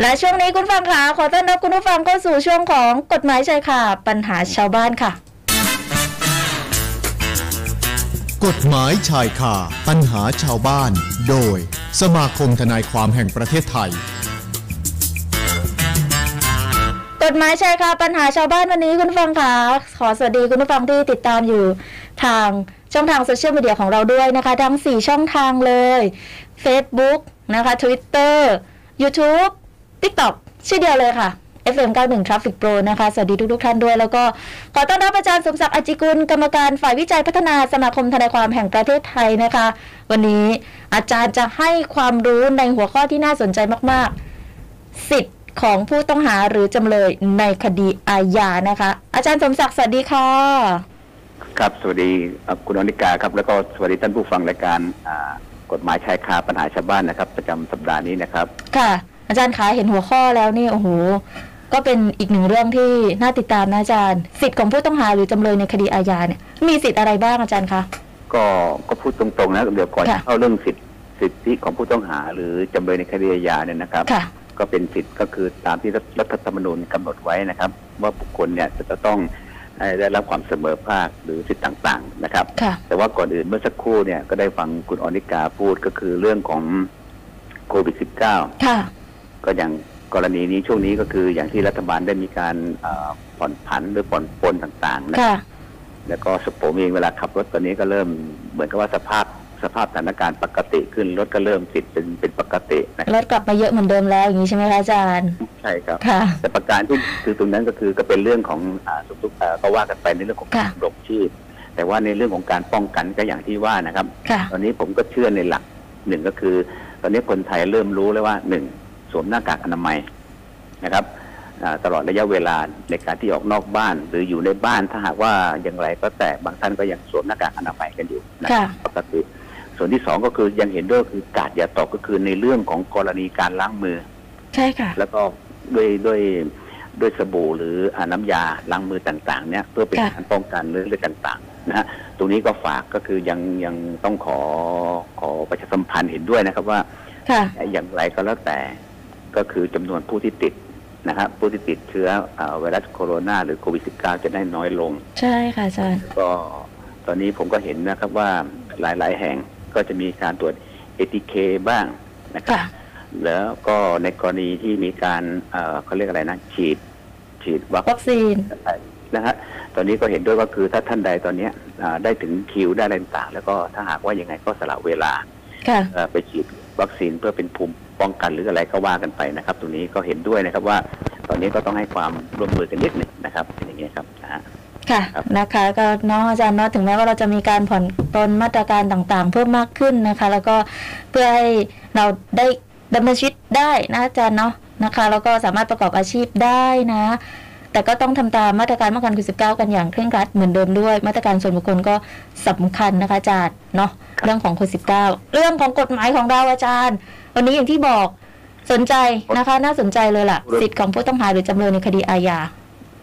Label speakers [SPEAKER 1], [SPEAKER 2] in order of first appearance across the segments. [SPEAKER 1] และช่วงนี้คุณฟังค่ะขอต้อนรับคุณผู้ฟังเข้าสู่ช่วงของกฎหมายชายคาปัญหาชาวบ้านค่ะ
[SPEAKER 2] กฎหมายชายคาปัญหาชาวบ้าน โดย สมาคมทนายความแห่งประเทศไทย
[SPEAKER 1] กฎหมายชายคาปัญหาชาวบ้านวันนี้คุณผู้ฟังค่ะขอสวัสดีคุณผู้ฟังที่ติดตามอยู่ทางช่องทางโซเชียลมีเดียของเราด้วยนะคะ ทั้ง 4 ช่องทางเลย Facebook นะคะ Twitter YouTube TikTok ชื่อเดียวเลยค่ะ FM 91 Traffic Pro นะคะ สวัสดีทุกๆท่านด้วย แล้วก็ขอต้อนรับอาจารย์สมศักดิ์อจจิกุล กรรมการฝ่ายวิจัยพัฒนาสมาคมทนายความแห่งประเทศไทยนะคะ วันนี้อาจารย์จะให้ความรู้ในหัวข้อที่น่าสนใจมาก ๆ สิทธิ์ของผู้ต้องหาหรือจำเลยในคดีอาญานะคะ อาจารย์สมศักดิ์สวัสดีค่ะ
[SPEAKER 3] ครับสวัสดีครับคุณอนิกาครับ แล้วก็สวัสดีท่านผู้ฟังรายการอ่ากฎหมายชายคาปัญหาชาวบ้านนะครับ ประจำสัปดาห์นี้นะครับ
[SPEAKER 1] ค่ะ อาจารย์คะเห็นหัวข้อแล้วนี่โอ้โหก็เป็นอีกหนึ่งเรื่องที่น่าติดตามนะอาจารย์ สิทธิ์ของผู้ต้องหาหรือจำเลยในคดีอาญาเนี่ยมีสิทธิ์อะไรบ้างอาจารย์คะ
[SPEAKER 3] ก็ก็พูดตรงๆนะเดี๋ยวก่อน
[SPEAKER 1] ค่ะ
[SPEAKER 3] เข้าเรื่องสิทธิสิทธิของผู้ต้องหาหรือจำเลยในคดีอาญาเนี่ยนะครับ
[SPEAKER 1] ค่ะ
[SPEAKER 3] ก็เป็นสิทธิ์ก็คือตามที่รัฐธรรมนูญกำหนดไว้นะครับ ว่าบุคคลเนี่ยจะต้องเอ่อได้รับความเสมอภาคหรือสิทธิต่างๆนะครับ
[SPEAKER 1] ค่ะ
[SPEAKER 3] แต่ว่าก่อนอื่นเมื่อสักครู่เนี่ยก็ได้ฟังคุณอนิกาพูดก็คือเรื่องของโควิด -19
[SPEAKER 1] ค่ะ
[SPEAKER 3] ก็อย่างกรณีนี้ช่วงนี้ก็คืออย่างที่รัฐบาลได้มีการเอ่อผ่อนผันหรือผ่อนปลนต่างๆนะ
[SPEAKER 1] ค่ะ
[SPEAKER 3] แล้วก็สผมเองเวลาขับรถตอนนี้ก็เริ่มเหมือนกับว่าสภาพสภาพสถานการณ์ปกติขึ้นรถก็เริ่มติดเป็นเป็นปกตินะ
[SPEAKER 1] รถกลับมาเยอะเหมือนเดิมแล้วอย่างนี้ใช่ไหมคะอาจารย์
[SPEAKER 3] ใช่ครับ
[SPEAKER 1] ค่ะ
[SPEAKER 3] แต่ประการที่คือตรงนั้นก็คือก็เป็นเรื่องของอาสมทุกอ่าก็ว่ากันไปในเรื่องของ
[SPEAKER 1] ค่ะ
[SPEAKER 3] การลงชีพแต่ว่าในเรื่องของการป้องกันก็อย่างที่ว่านะครับ
[SPEAKER 1] ค่ะ
[SPEAKER 3] ตอนนี้ผมก็เชื่อในหลักหนึ่งก็คือ ตอนนี้คนไทยเริ่มรู้แล้วว่าหนึ่งสวมหน้ากากอนามัยนะครับอ่าตลอดระยะเวลาในการที่ออกนอกบ้าน หรืออยู่ในบ้านถ้าหากว่าอย่างไรก็แต่บางท่านก็ยังสวมหน้ากากอนามัยกันอยู่นะ
[SPEAKER 1] ค่ะ
[SPEAKER 3] ปกติส่วนที่สองก็คือยังเห็นด้วยคือกาดอย่าตกก็คือในเรื่องของกรณีการล้างมือ
[SPEAKER 1] ใช่ค่ะ
[SPEAKER 3] แล้วก็ด้วยด้วยด้วยสบู่หรืออาน้ำยาล้างมือต่างๆเนี่ยเพื่อเป็น
[SPEAKER 1] ค่ะ
[SPEAKER 3] การป้องกันเรื่องอะไรต่างๆนะฮะตรงนี้ก็ฝากก็คือยังยังต้องขอขอประชาสัมพันธ์เห็นด้วยนะครับว่า
[SPEAKER 1] ค่ะ
[SPEAKER 3] อย่างไรก็แล้วแต่ก็คือจำนวนผู้ที่ติดนะครับผู้ที่ติดเชื้ออ่าไวรัสโคโรนาหรือโควิด -19 จะได้น้อยลง
[SPEAKER 1] ใช่ค่ะอาจารย์
[SPEAKER 3] ก็ตอนนี้ผมก็เห็นนะครับว่าหลายๆ แห่งก็จะมีการตรวจเอ k เคบ้างนะครับ
[SPEAKER 1] ค่ะ
[SPEAKER 3] แล้วก็ในกรณีที่มีการเอ่อเขาเรียกอะไรนะ ฉีด ฉีดวัค
[SPEAKER 1] วัคซีน
[SPEAKER 3] ซีนนะฮะตอนนี้ก็เห็นด้วยก็คือถ้าท่านใดตอนเนี้ยอ่าได้ถึงคิวได้อะไรต่างๆแล้วก็ถ้าหากว่ายังไงก็สละเวลา
[SPEAKER 1] ค่ะ
[SPEAKER 3] เอ่อไปฉีดวัคซีนเพื่อเป็นภูมิป้องกันหรืออะไรก็ว่ากันไปนะครับ ตรงนี้ก็เห็นด้วยนะครับว่า ตอนนี้ก็ต้องให้ความร่วมมือกันนิดหนึ่งนะครับเป็นอย่างเงี้ยครับนะฮะ
[SPEAKER 1] ค่ะ
[SPEAKER 3] ครับ
[SPEAKER 1] นะคะก็เน้องอาจารย์เนาะถึงแม้ว่าเราจะมีการผ่อนปลนมาตรการต่างๆ เพิ่มมากขึ้นนะคะ แล้วก็เพื่อให้เราได้ดำเนินชีวิตได้นะอาจารย์เนาะนะคะ แล้วก็สามารถประกอบอาชีพได้นะ แต่ก็ต้องทำตามมาตรการป้องกันโควิดสิกันอย่างเคร่งครัดเหมือนเดิมด้วย มาตรการส่วนบุคคลก็สำคัญนะคะอาจารย์เนาะเรื่องของโควิดสิเรื่องของกฎหมายของเราอาจารย์ วันนี้อย่างที่บอกสนใจนะคะ น่าสนใจเลยล่ะสิทธิ์ของผู้ต้องหาหรือจำเลยในคดีอาญา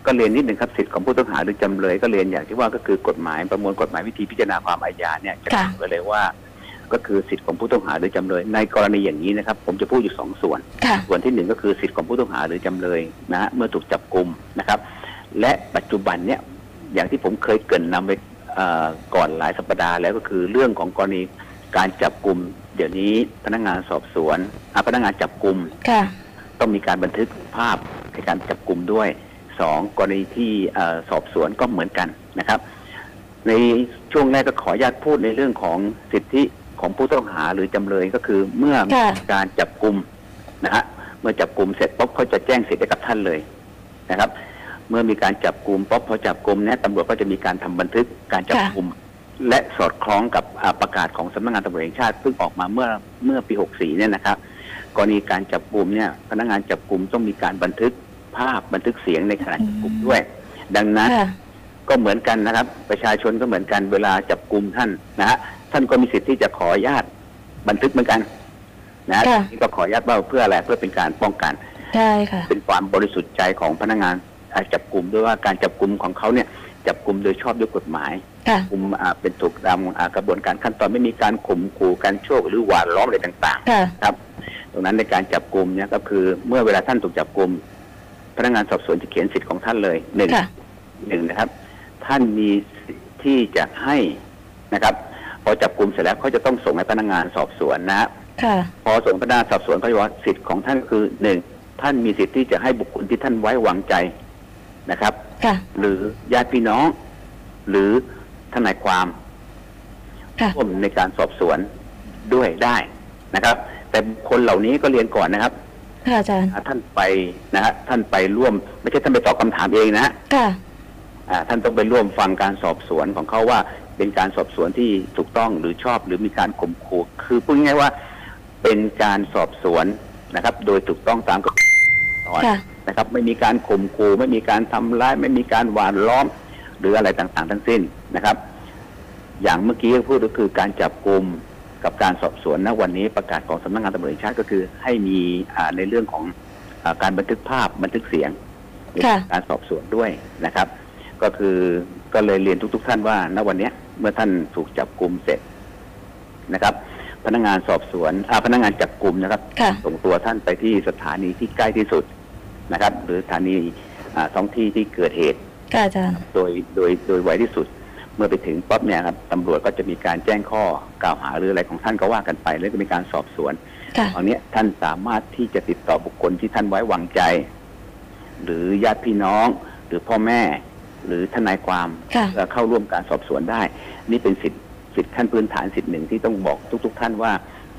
[SPEAKER 3] ก็เรียนนิดหนึ่งครับสิทธิของผู้ต้องหาหรือจำเลยก็เรียนอย่างที่ว่าก็คือกฎหมายประมวลกฎหมายวิธีพิจารณาความอาญาเนี่ยจะ
[SPEAKER 1] ค่ะ
[SPEAKER 3] กำหนดไว้เลยว่า ก็คือสิทธิของผู้ต้องหาหรือจำเลย ในกรณีอย่างนี้นะครับ ผมจะพูดอยู่สองส่วน
[SPEAKER 1] ค่ะ
[SPEAKER 3] ส่วนที่หนึ่งก็คือสิทธิของผู้ต้องหาหรือจำเลยนะฮะเมื่อถูกจับกลุมนะครับ และปัจจุบันเนี่ยอย่างที่ผมเคยเกรินนำไปเอ่อก่อนหลายสัปดาห์แล้วก็คือเรื่องของกรณีการจับกลุม เดี๋ยวนี้พนักงานสอบสวนอ่ะพนักงานจับกลุม
[SPEAKER 1] ค่ะ
[SPEAKER 3] ต้องมีการบันทึกภาพในการจับกลุ่มด้วยสองกรณีที่เอ่อสอบสวนก็เหมือนกันนะครับ ในช่วงแรกก็ขออนุญาตพูดในเรื่องของสิทธิของผู้ต้องหาหรือจำเลยก็คือเมื่อมี
[SPEAKER 1] ค่ะ
[SPEAKER 3] การจับกลุ่มนะฮะเมื่อจับกลุ่มเสร็จปุ๊บเขาจะแจ้งสิทธิให้กับท่านเลยนะครับ เมื่อมีการจับกลุ่มปุ๊บพอจับกลุ่มเนี่ยตำรวจก็จะมีการทำบันทึกการจับกลุ่ม และสอดคล้องกับอ่าประกาศของสำนักงานตำรวจแห่งชาติเพิ่งออกมาเมื่อเมื่อปี 64 เนี่ยนะครับ กรณีการจับกลุ่มเนี่ยพนักงานจับกลุ่มต้องมีการบันทึกภาพบันทึกเสียงในขณะจับกลุ่มด้วย ดังนั้น
[SPEAKER 1] ค่ะ
[SPEAKER 3] ก็เหมือนกันนะครับ ประชาชนก็เหมือนกันเวลาจับกลุ่มท่านนะฮะท่านก็มีสิทธิ์ที่จะขออนุญาตบันทึกเหมือนกันนะฮะ
[SPEAKER 1] ค่ะ
[SPEAKER 3] นี่ก็ขออนุญาตว่าเพื่ออะไรเพื่อเป็นการป้องกัน
[SPEAKER 1] ใช่ค่ะ
[SPEAKER 3] เป็นความบริสุทธิ์ใจของพนักงานอ่าจับกลุ่มด้วยว่าการจับกลุ่มของเขาเนี่ยจับกลุ่มโดยชอบด้วยกฎหมาย
[SPEAKER 1] ค่ะ
[SPEAKER 3] คุมอ่าเป็นถูกตามอ่ากระบวนการขั้นตอนไม่มีการข่มขู่การโชคหรือหวานล้อมอะไรต่าง
[SPEAKER 1] ค่ะ
[SPEAKER 3] ๆนะครับ ตรงนั้นในการจับกลุ่มเนี่ยก็คือเมื่อเวลาท่านถูกจับกลุ่มพนักงานสอบสวนจะเขียนสิทธิ์ของท่านเลยหนึ่ง
[SPEAKER 1] ค่ะ
[SPEAKER 3] หนึ่งนะครับ ท่านมีสิทธิ์ที่จะให้นะครับ พอจับกลุ่มเสร็จแล้วเขาจะต้องส่งให้พนักงานสอบสวนนะฮะ
[SPEAKER 1] ค่ะ
[SPEAKER 3] พอส่งพนักงานสอบสวนเขาจะบอกว่าสิทธิ์ของท่านคือหนึ่งท่านมีสิทธิ์ที่จะให้บุคคลที่ท่านไว้วางใจนะครับ
[SPEAKER 1] ค่ะ
[SPEAKER 3] หรือญาติพี่น้อง หรือทนายความ
[SPEAKER 1] ค่ะ
[SPEAKER 3] ร่วมในการสอบสวนด้วยได้นะครับ แต่บุคคนเหล่านี้ก็เรียนก่อนนะครับ
[SPEAKER 1] ค่ะอาจารย์
[SPEAKER 3] อ่าท่านไปนะฮะท่านไปร่วม ไม่ใช่ท่านไปตอบคำถามเองนะฮะ
[SPEAKER 1] ค่ะ
[SPEAKER 3] อ่าท่านต้องไปร่วมฟังการสอบสวนของเขาว่าเป็นการสอบสวนที่ถูกต้องหรือชอบหรือมีการข่มขู่คือพูดง่ายๆว่าเป็นการสอบสวนนะครับ โดยถูกต้องตามกฎหมาย
[SPEAKER 1] ค่ะ
[SPEAKER 3] นะครับ ไม่มีการข่มขู่ไม่มีการทำร้าย ไม่มีการหวานล้อม หรืออะไรต่างๆ ทั้งสิ้นนะครับ อย่างเมื่อกี้พูดก็คือการจับกลุ่มกับการสอบสวนนะวันนี้ประกาศของสำนักงานตำรวจแห่งชาติก็คือ ให้มีอ่าในเรื่องของอาการบันทึกภาพบันทึกเสียงใน
[SPEAKER 1] ค่ะ
[SPEAKER 3] การสอบสวนด้วยนะครับ ก็คือก็เลยเรียนทุก ๆ ท่านว่าณวันเนี้ยเมื่อท่านถูกจับกลุ่มเสร็จนะครับ พนักงานสอบสวนอ่าพนักงานจับกลุ่มนะครับ
[SPEAKER 1] ค่ะ
[SPEAKER 3] ส่งตัวท่านไปที่สถานีที่ใกล้ที่สุดนะครับ หรือสถานีอ่าท้องที่ที่เกิดเหตุ
[SPEAKER 1] ค่ะอาจารย์
[SPEAKER 3] โดยโดยโดยไวที่สุด เมื่อไปถึงปั๊บเนี่ยครับตำรวจก็จะมีการแจ้งข้อกล่าวหาหรืออะไรของท่านก็ว่ากันไปแล้วก็มีการสอบสวน
[SPEAKER 1] ค่ะ
[SPEAKER 3] ตอนเนี้ยท่านสามารถที่จะติดต่อบุคคลที่ท่านไว้วางใจ หรือญาติพี่น้อง หรือพ่อแม่ หรือทนายความ
[SPEAKER 1] ค่ะ
[SPEAKER 3] เอ่อเข้าร่วมการสอบสวนได้ นี่เป็นสิทธิสิทธิขั้นพื้นฐานสิทธิหนึ่งที่ต้องบอกทุก ๆ ท่านว่า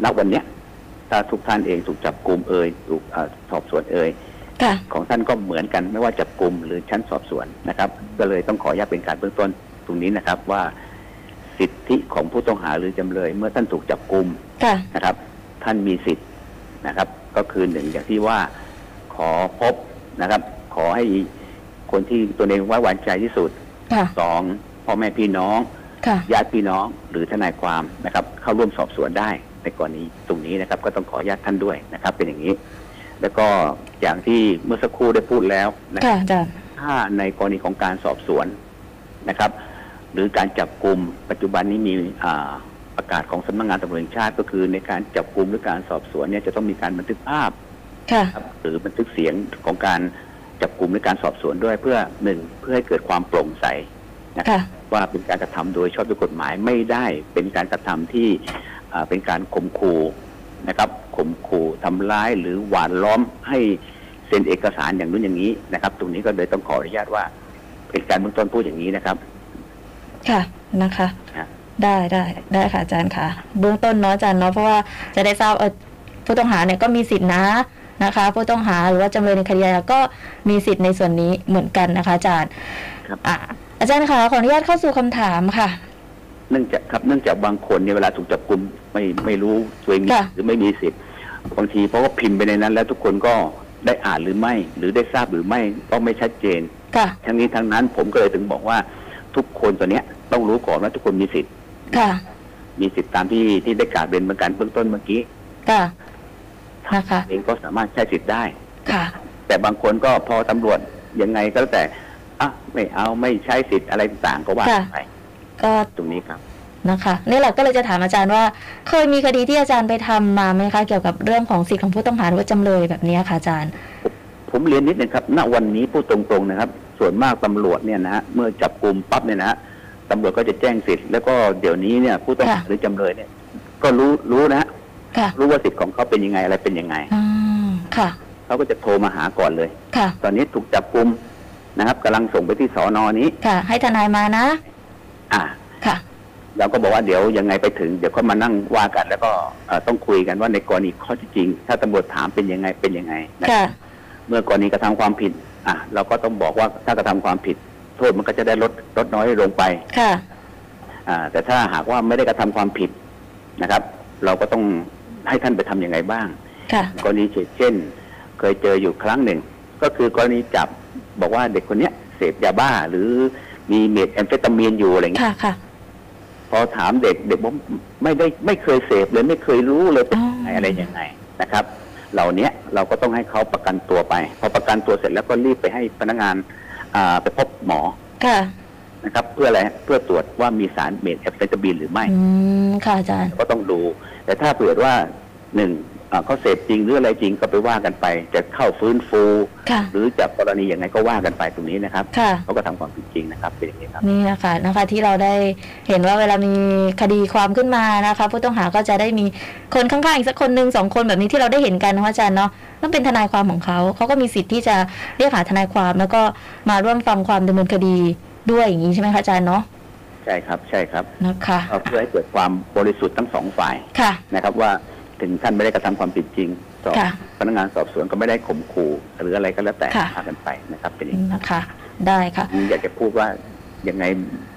[SPEAKER 3] ณวันเนี้ยถ้าทุกท่านเองถูกจับกลุมเอ่ยถูกเอ่อสอบสวนเอ่ย
[SPEAKER 1] ค่ะ
[SPEAKER 3] ของท่านก็เหมือนกันไม่ว่าจับกลุ่มหรือชั้นสอบสวนนะครับ ก็เลยต้องขออนุญาตเป็นการเบื้องต้นตรงนี้นะครับว่า สิทธิของผู้ต้องหาหรือจำเลย เมื่อท่านถูกจับกลุ่ม
[SPEAKER 1] ค่ะ
[SPEAKER 3] นะครับ ท่านมีสิทธิ์นะครับ ก็คือหนึ่งอย่างที่ว่าขอพบนะครับ ขอให้คนที่ตัวเองไว้วางใจที่สุด
[SPEAKER 1] ค่ะ
[SPEAKER 3] สองพ่อแม่พี่น้อง
[SPEAKER 1] ค่ะ
[SPEAKER 3] ญาติพี่น้องหรือทนายความนะครับ เข้าร่วมสอบสวนได้ในกรณีตรงนี้นะครับ ก็ต้องขออนุญาตท่านด้วยนะครับ เป็นอย่างนี้ แล้วก็อย่างที่เมื่อสักครู่ได้พูดแล้วนะ
[SPEAKER 1] ค่ะอาจารย์
[SPEAKER 3] ถ้าในกรณีของการสอบสวนนะครับ หรือการจับกลุ่มปัจจุบันนี้มีอ่าประกาศของสำนักงานตำรวจแห่งชาติ ก็คือในการจับกลุ่มหรือการสอบสวนเนี่ยจะต้องมีการบันทึกภาพ
[SPEAKER 1] ค่ะ
[SPEAKER 3] ครับหรือบันทึกเสียงของการจับกลุ่มหรือการสอบสวนด้วยเพื่อหนึ่งเพื่อให้เกิดความโปร่งใส
[SPEAKER 1] ค่ะ
[SPEAKER 3] ว่าเป็นการกระทำโดยชอบด้วยกฎหมายไม่ได้เป็นการกระทำที่อ่าเป็นการข่มขู่นะครับข่มขู่ทำร้ายหรือหวานล้อมให้เซ็นเอกสารอย่างนู้นอย่างนี้นะครับ ตรงนี้ก็เลยต้องขออนุญาตว่า เป็นการเบื้องต้นพูดอย่างนี้นะครับ
[SPEAKER 1] ค่ะ นะคะ
[SPEAKER 3] ครับ
[SPEAKER 1] ได้ได้ได้ค่ะอาจารย์ค่ะ เบื้องต้นเนาะอาจารย์เนาะเพราะว่าจะได้ทราบเออผู้ต้องหาเนี่ยก็มีสิทธินะนะคะ ผู้ต้องหาหรือว่าจำเลยในคดีอาญาก็มีสิทธิ์ในส่วนนี้เหมือนกันนะคะอาจารย์
[SPEAKER 3] ครับ
[SPEAKER 1] อ่ะอาจารย์คะขออนุญาตเข้าสู่คำถามค่ะ
[SPEAKER 3] เนื่องจากครับเนื่องจากบางคนเนี่ยเวลาถูกจับกลุ่มไม่ไม่รู้ตัวเองมี
[SPEAKER 1] ค่ะ
[SPEAKER 3] หรือไม่มีสิทธิ์บางทีเพราะว่าพิมพ์ไปในนั้น แล้วทุกคนก็ได้อ่านหรือไม่ หรือได้ทราบหรือไม่ก็ไม่ชัดเจน
[SPEAKER 1] ค่ะ
[SPEAKER 3] ทั้งนี้ทั้งนั้นผมก็เลยถึงบอกว่าทุกคนตัวเนี้ยต้องรู้ก่อนว่าทุกคนมีสิทธิ
[SPEAKER 1] ค่ะ
[SPEAKER 3] มีสิทธิ์ตามที่ที่ได้กล่าวเป็นเหมือนกันเบื้องต้นเมื่อกี้
[SPEAKER 1] ค่ะ นะคะ
[SPEAKER 3] เองก็สามารถใช้สิทธิ์ได้
[SPEAKER 1] ค่ะ
[SPEAKER 3] แต่บางคนก็พอตำรวจยังไงก็แล้วแต่อ่ะไม่เอาไม่ใช้สิทธิ์อะไรต่างๆก็ว่าไป
[SPEAKER 1] ก็
[SPEAKER 3] ตรงนี้ครับ
[SPEAKER 1] นะคะนี่แหละก็เลยจะถามอาจารย์ว่า เคยมีคดีที่อาจารย์ไปทำมาไหมคะเกี่ยวกับเรื่องของสิทธิของผู้ต้องหาหรือว่าจำเลยแบบเนี้ยค่ะอาจารย์
[SPEAKER 3] ผมเรียนนิดนึงครับ ณวันนี้พูดตรงๆนะครับ ส่วนมากตำรวจเนี่ยนะฮะเมื่อจับกลุ่มปั๊บเนี่ยนะฮะตำรวจก็จะแจ้งสิทธิ์แล้วก็เดี๋ยวนี้เนี่ยผู้ต้องหา
[SPEAKER 1] ค่ะ
[SPEAKER 3] หรือจำเลยเนี่ย ก็รู้รู้นะฮะ
[SPEAKER 1] ค่ะ
[SPEAKER 3] รู้ว่าสิทธิ์ของเขาเป็นยังไงอะไรเป็นยังไง
[SPEAKER 1] อืมค่ะ
[SPEAKER 3] เขาก็จะโทรมาหาก่อนเลย
[SPEAKER 1] ค่ะ
[SPEAKER 3] ตอนนี้ถูกจับกลุ่มนะครับกำลังส่งไปที่สอนอนี้
[SPEAKER 1] ค่ะ ให้ทนายมานะ
[SPEAKER 3] อ่า
[SPEAKER 1] ค่ะ
[SPEAKER 3] เราก็บอกว่าเดี๋ยวยังไงไปถึงเดี๋ยวก็มานั่งว่ากัน แล้วก็เอ่อต้องคุยกันว่าในกรณีข้อเที่จริง ถ้าตำรวจถามเป็นยังไงเป็นยังไงนะ
[SPEAKER 1] ค่ะ
[SPEAKER 3] เมื่อกรณีกระทำความผิด อ่ะเราก็ต้องบอกว่าถ้ากระทำความผิด โทษมันก็จะได้ลดลดน้อยลงไป
[SPEAKER 1] ค่ะ
[SPEAKER 3] อ่าแต่ถ้าหากว่าไม่ได้กระทำความผิดนะครับ เราก็ต้องให้ท่านไปทำยังไงบ้าง
[SPEAKER 1] ค่ะ
[SPEAKER 3] กรณีเช่น เคยเจออยู่ครั้งหนึ่ง ก็คือกรณีจับบอกว่าเด็กคนเนี้ยเสพยาบ้าหรือมีเมทแอมเฟตามีนอยู่อะไรอย่างเงี้ย
[SPEAKER 1] ค่ะ ค่ะ
[SPEAKER 3] พอถามเด็กเด็กบอกไม่ได้ไม่เคยเสพเลยไม่เคยรู้เลยเป็น
[SPEAKER 1] อ๋อ
[SPEAKER 3] ยังไงอะไรยังไงนะครับ เหล่าเนี้ยเราก็ต้องให้เขาประกันตัวไป พอประกันตัวเสร็จแล้วก็รีบไปให้พนักงานอ่าไปพบหมอ
[SPEAKER 1] ค่ะ
[SPEAKER 3] นะครับ เพื่ออะไรเพื่อตรวจว่ามีสารเมทแอมเฟตามีนหรือไม่
[SPEAKER 1] อืม ค่ะอาจารย์
[SPEAKER 3] ก็ต้องดู แต่ถ้าเผื่อว่าหนึ่ง อ่าเขาเสพจริงหรืออะไรจริงก็ไปว่ากันไป จะเข้าฟื้นฟู
[SPEAKER 1] ค่ะ
[SPEAKER 3] หรือจะกรณีอย่างไงก็ว่ากันไปตรงนี้นะครับ
[SPEAKER 1] ค่ะ
[SPEAKER 3] เขาก็ทำความผิดจริงนะครับเป็นอย่างนี้ครับ
[SPEAKER 1] นี่นะคะนะคะที่เราได้เห็นว่าเวลามีคดีความขึ้นมานะคะ ผู้ต้องหาก็จะได้มีคนข้างๆอีกสักคนหนึ่งสองคนแบบนี้ที่เราได้เห็นกันนะคะอาจารย์เนาะนั่นเป็นทนายความของเขาเขาก็มีสิทธิ์ที่จะเรียกหาทนายความแล้วก็มาร่วมฟังความดำเนินคดีด้วยอย่างนี้ใช่ไหมคะอาจารย์เนาะ
[SPEAKER 3] ใช่ครับใช่ครับ
[SPEAKER 1] นะคะ
[SPEAKER 3] เอาเพื่อให้เกิดความบริสุทธิ์ทั้งสองฝ่าย
[SPEAKER 1] ค่ะ
[SPEAKER 3] นะครับ ว่าถึงท่านไม่ได้กระทำความผิดจริงต่อ
[SPEAKER 1] ค่ะ
[SPEAKER 3] พนักงานสอบสวนก็ไม่ได้ข่มขู่หรืออะไรก็แล้วแต่
[SPEAKER 1] ค่ะ
[SPEAKER 3] พากันไปนะครับ เป็นอย่างนี้
[SPEAKER 1] นี่นะคะได้ค่ะ
[SPEAKER 3] ผมอยากจะพูดว่ายังไง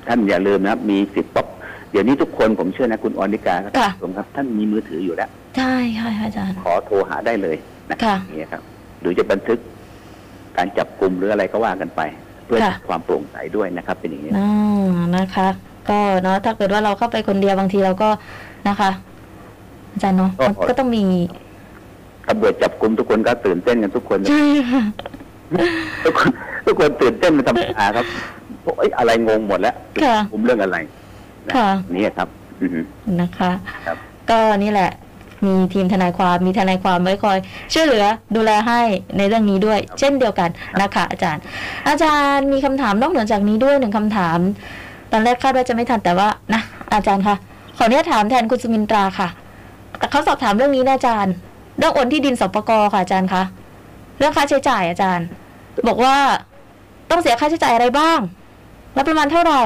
[SPEAKER 3] ท่านอย่าลืมนะครับมีสิบป๊อปเดี๋ยวนี้ทุกคนผมเชื่อนะคุณออนิกาครับ
[SPEAKER 1] ค่ะ
[SPEAKER 3] ผมครับท่านมีมือถืออยู่แล้ว
[SPEAKER 1] ได้ค่ะอาจารย์
[SPEAKER 3] ขอโทรหาได้เลยนะ
[SPEAKER 1] ค่ะ
[SPEAKER 3] อย่างเนี่ยครับหรือจะบันทึกการจับกลุ่มหรืออะไรก็ว่ากันไป เพื่อ
[SPEAKER 1] ค่ะ
[SPEAKER 3] ความโปร่งใสด้วยนะครับ เป็นอย่างนี้
[SPEAKER 1] อ่านะคะ ก็เนาะถ้าเกิดว่าเราเข้าไปคนเดียวบางทีเราก็นะคะ อาจารย์เนาะมันก็ต้องมี
[SPEAKER 3] ตำรวจจับกลุ่มทุกคนก็ตื่นเต้นกันทุกคน
[SPEAKER 1] ใช่ค่ะ
[SPEAKER 3] ทุกคนทุกคนตื่นเต้นเป็นธรรมดาครับเพราะเอ้ยอะไรงงหมดแล้ว
[SPEAKER 1] ค่ะ
[SPEAKER 3] กลุ่มเรื่องอะไรนะ
[SPEAKER 1] ค่ะ
[SPEAKER 3] เนี่ยครับ อือฮึ
[SPEAKER 1] นะคะ
[SPEAKER 3] ครับ
[SPEAKER 1] ก็นี่แหละ มีทีมทนายความมีทนายความไว้คอย ช่วยเหลือดูแลให้ในเรื่องนี้ด้วย เช่นเดียวกันนะคะ อาจารย์ อาจารย์มีคำถามนอกเหนือจากนี้ด้วยหนึ่งคำถาม ตอนแรกคาดว่าจะไม่ทันแต่ว่านะอาจารย์คะขออนุญาตถามแทนคุณสุมินตราค่ะแต่เขาสอบถามเรื่องนี้นะอาจารย์เรื่องโอนที่ดินสปกค่ะอาจารย์คะเรื่องค่าใช้จ่ายอาจารย์ บอกว่าต้องเสียค่าใช้จ่ายอะไรบ้าง แล้วประมาณเท่าไหร่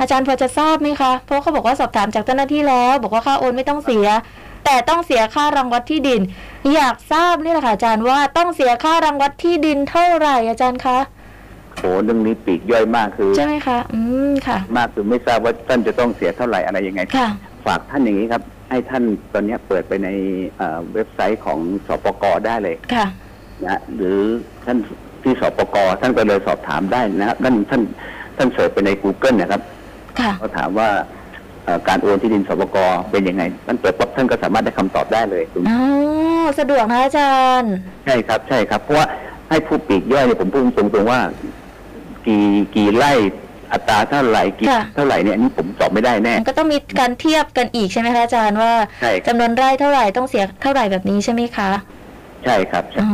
[SPEAKER 1] อาจารย์พอจะทราบไหมคะ เพราะเขาบอกว่าสอบถามจากเจ้าหน้าที่แล้ว บอกว่าค่าโอนไม่ต้องเสีย แต่ต้องเสียค่ารังวัดที่ดิน อยากทราบนี่แหละค่ะอาจารย์ว่าต้องเสียค่ารังวัดที่ดินเท่าไหร่อาจารย์คะ
[SPEAKER 3] โหเรื่องนี้ปลีกย่อยมากคือ
[SPEAKER 1] ใช่ไหมคะอืมค่ะ
[SPEAKER 3] มากคือไม่ทราบว่าท่านจะต้องเสียเท่าไหร่อะไรยังไง
[SPEAKER 1] ค่ะ
[SPEAKER 3] ฝากท่านอย่างนี้ครับ ให้ท่านตอนเนี้ยเปิดไปในเอ่อเว็บไซต์ของสปกได้เลย
[SPEAKER 1] ค่ะ
[SPEAKER 3] นะหรือท่านที่สปกท่านก็เลยสอบถามได้นะครับท่านท่านท่านเสิร์ชไปใน Google นะครับ
[SPEAKER 1] ค่ะ
[SPEAKER 3] ก็ถามว่าเอ่อการโอนที่ดินสปกเป็นยังไงท่านเปิดปั๊บท่านก็สามารถได้คำตอบได้เลยตรงนี้
[SPEAKER 1] อ๋อ สะดวกนะอาจารย์
[SPEAKER 3] ใช่ครับ ใช่ครับ เพราะว่าให้ผู้ปลีกย่อยเนี่ยผมพูดตรงๆว่า กี่กี่ไร่อัตราเท่าไหร่กี่
[SPEAKER 1] ค่ะ
[SPEAKER 3] เท่าไหร่เนี่ยอันนี้ผมตอบไม่ได้แน่
[SPEAKER 1] มันก็ต้องมีการเทียบกันอีกใช่ไหมคะอาจารย์ว่า
[SPEAKER 3] ใช่ค
[SPEAKER 1] จำ
[SPEAKER 3] รับ
[SPEAKER 1] นวนไร่เท่าไหร่ต้องเสียเท่าไหร่แบบนี้ใช่ไหมคะ
[SPEAKER 3] ใช่ครับใช่
[SPEAKER 1] อ๋อ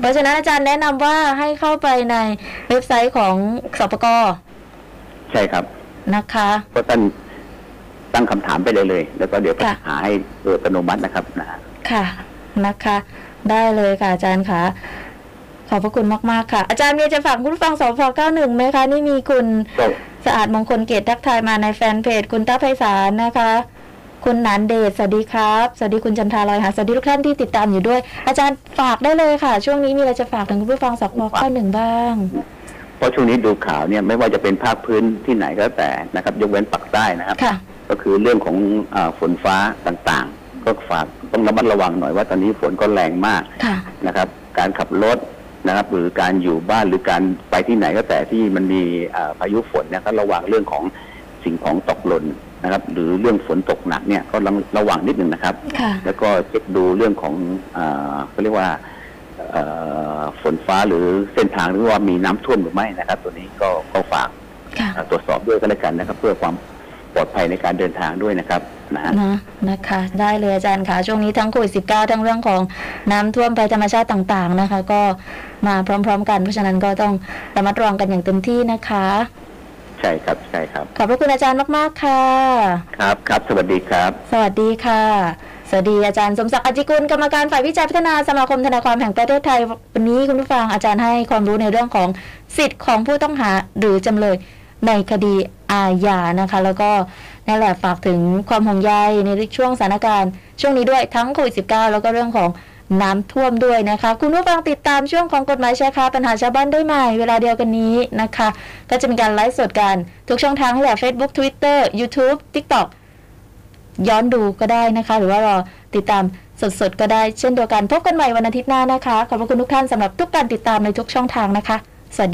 [SPEAKER 1] เพราะฉะนั้นอาจารย์แนะนำว่าให้เข้าไปในเว็บไซต์ของสปก
[SPEAKER 3] ใช่ครับ
[SPEAKER 1] นะคะ
[SPEAKER 3] ก็ท่านตั้งคำถามไปเลยเลย แล้วก็เดี๋ยวก็
[SPEAKER 1] ค่ะ
[SPEAKER 3] หาให้โดยอัตโนมัตินะครับนะฮะ
[SPEAKER 1] ค่ะนะคะ ได้เลยค่ะอาจารย์ค่ะ ขอบพระคุณมาก ๆ ค่ะ อาจารย์มีจะฝากคุณผู้ฟังสพ91ไหมคะนี่มีคุณสะอาดมงคลเกตทักทายมาในแฟนเพจ คุณต้าไพศาลนะคะ คุณหนานเดชสวัสดีครับ สวัสดีคุณจันทราลอยหาสวัสดีทุกท่านที่ติดตามอยู่ด้วย อาจารย์ฝากได้เลยค่ะ ช่วงนี้มีอะไรจะฝากถึงคุณผู้ฟังสพ91บ้าง
[SPEAKER 3] เพราะช่วงนี้ดูข่าวเนี่ยไม่ว่าจะเป็นภาคพื้นที่ไหนก็แล้วแต่นะครับ ยกเว้นปักใต้นะครับ
[SPEAKER 1] ค่ะ
[SPEAKER 3] ก็คือเรื่องของอาฝนฟ้าต่างๆ ก็ฝากต้องระมัดระวังหน่อยว่าตอนนี้ฝนก็แรงมาก
[SPEAKER 1] ค่ะ
[SPEAKER 3] นะครับ การขับรถนะครับ หรือการอยู่บ้านหรือการไปที่ไหนก็แต่ที่มันมีอ่าพายุฝนเนี่ยก็ระวังเรื่องของสิ่งของตกหล่นนะครับ หรือเรื่องฝนตกหนักเนี่ยก็ระระวังนิดนึงนะครับ
[SPEAKER 1] ค่ะ
[SPEAKER 3] แล้วก็เช็คดูเรื่องของเอ่อเขาเรียกว่าเอ่อฝนฟ้าหรือเส้นทางหรือว่ามีน้ำท่วมหรือไม่นะครับ ตัวนี้ก็ก็ฝาก
[SPEAKER 1] ค่ะ
[SPEAKER 3] ตรวจสอบด้วยก็แล้วกันนะครับ เพื่อความปลอดภัยในการเดินทางด้วยนะครับนะฮะ
[SPEAKER 1] นะนะคะ ได้เลยอาจารย์ค่ะ ช่วงนี้ทั้งโควิดสิทั้งเรื่องของน้ำท่วมภัยธรรมชาติต่างๆนะคะ ก็มาพร้อม ๆ กันเพราะฉะนั้นก็ต้องระมัดระวังกันอย่างเต็มที่นะคะ
[SPEAKER 3] ใช่ครับใช่ครับ
[SPEAKER 1] ขอบพระคุณอาจารย์มากๆค่ะ
[SPEAKER 3] ครับครับ สวัสดีครับ
[SPEAKER 1] สวัสดีค่ะ สวัสดีอาจารย์สมศักดิ์อจจิกุลกรรมการฝ่ายวิจัยพัฒนาสมาคมทนายความแห่งประเทศไทยวันนี้คุณผู้ฟังอาจารย์ให้ความรู้ในเรื่องของสิทธิ์ของผู้ต้องหาหรือจำเลยในคดีอาญานะคะ แล้วก็นั่นแหละฝากถึงความห่วงใยในช่วงสถานการณ์ช่วงนี้ด้วยทั้งโควิด -19 แล้วก็เรื่องของน้ำท่วมด้วยนะคะ คุณผู้ฟังติดตามช่วงของกฎหมายชายคาปัญหาชาวบ้านได้ใหม่เวลาเดียวกันนี้นะคะ ก็จะมีการไลฟ์สดกันทุกช่องทางแหละ Facebook Twitter YouTube TikTok ย้อนดูก็ได้นะคะ หรือว่ารอติดตามสดๆ ก็ได้เช่นเดียวกัน พบกันใหม่วันอาทิตย์หน้านะคะ ขอบพระคุณทุกท่านสำหรับทุกการติดตามในทุกช่องทางนะคะ สวัสดี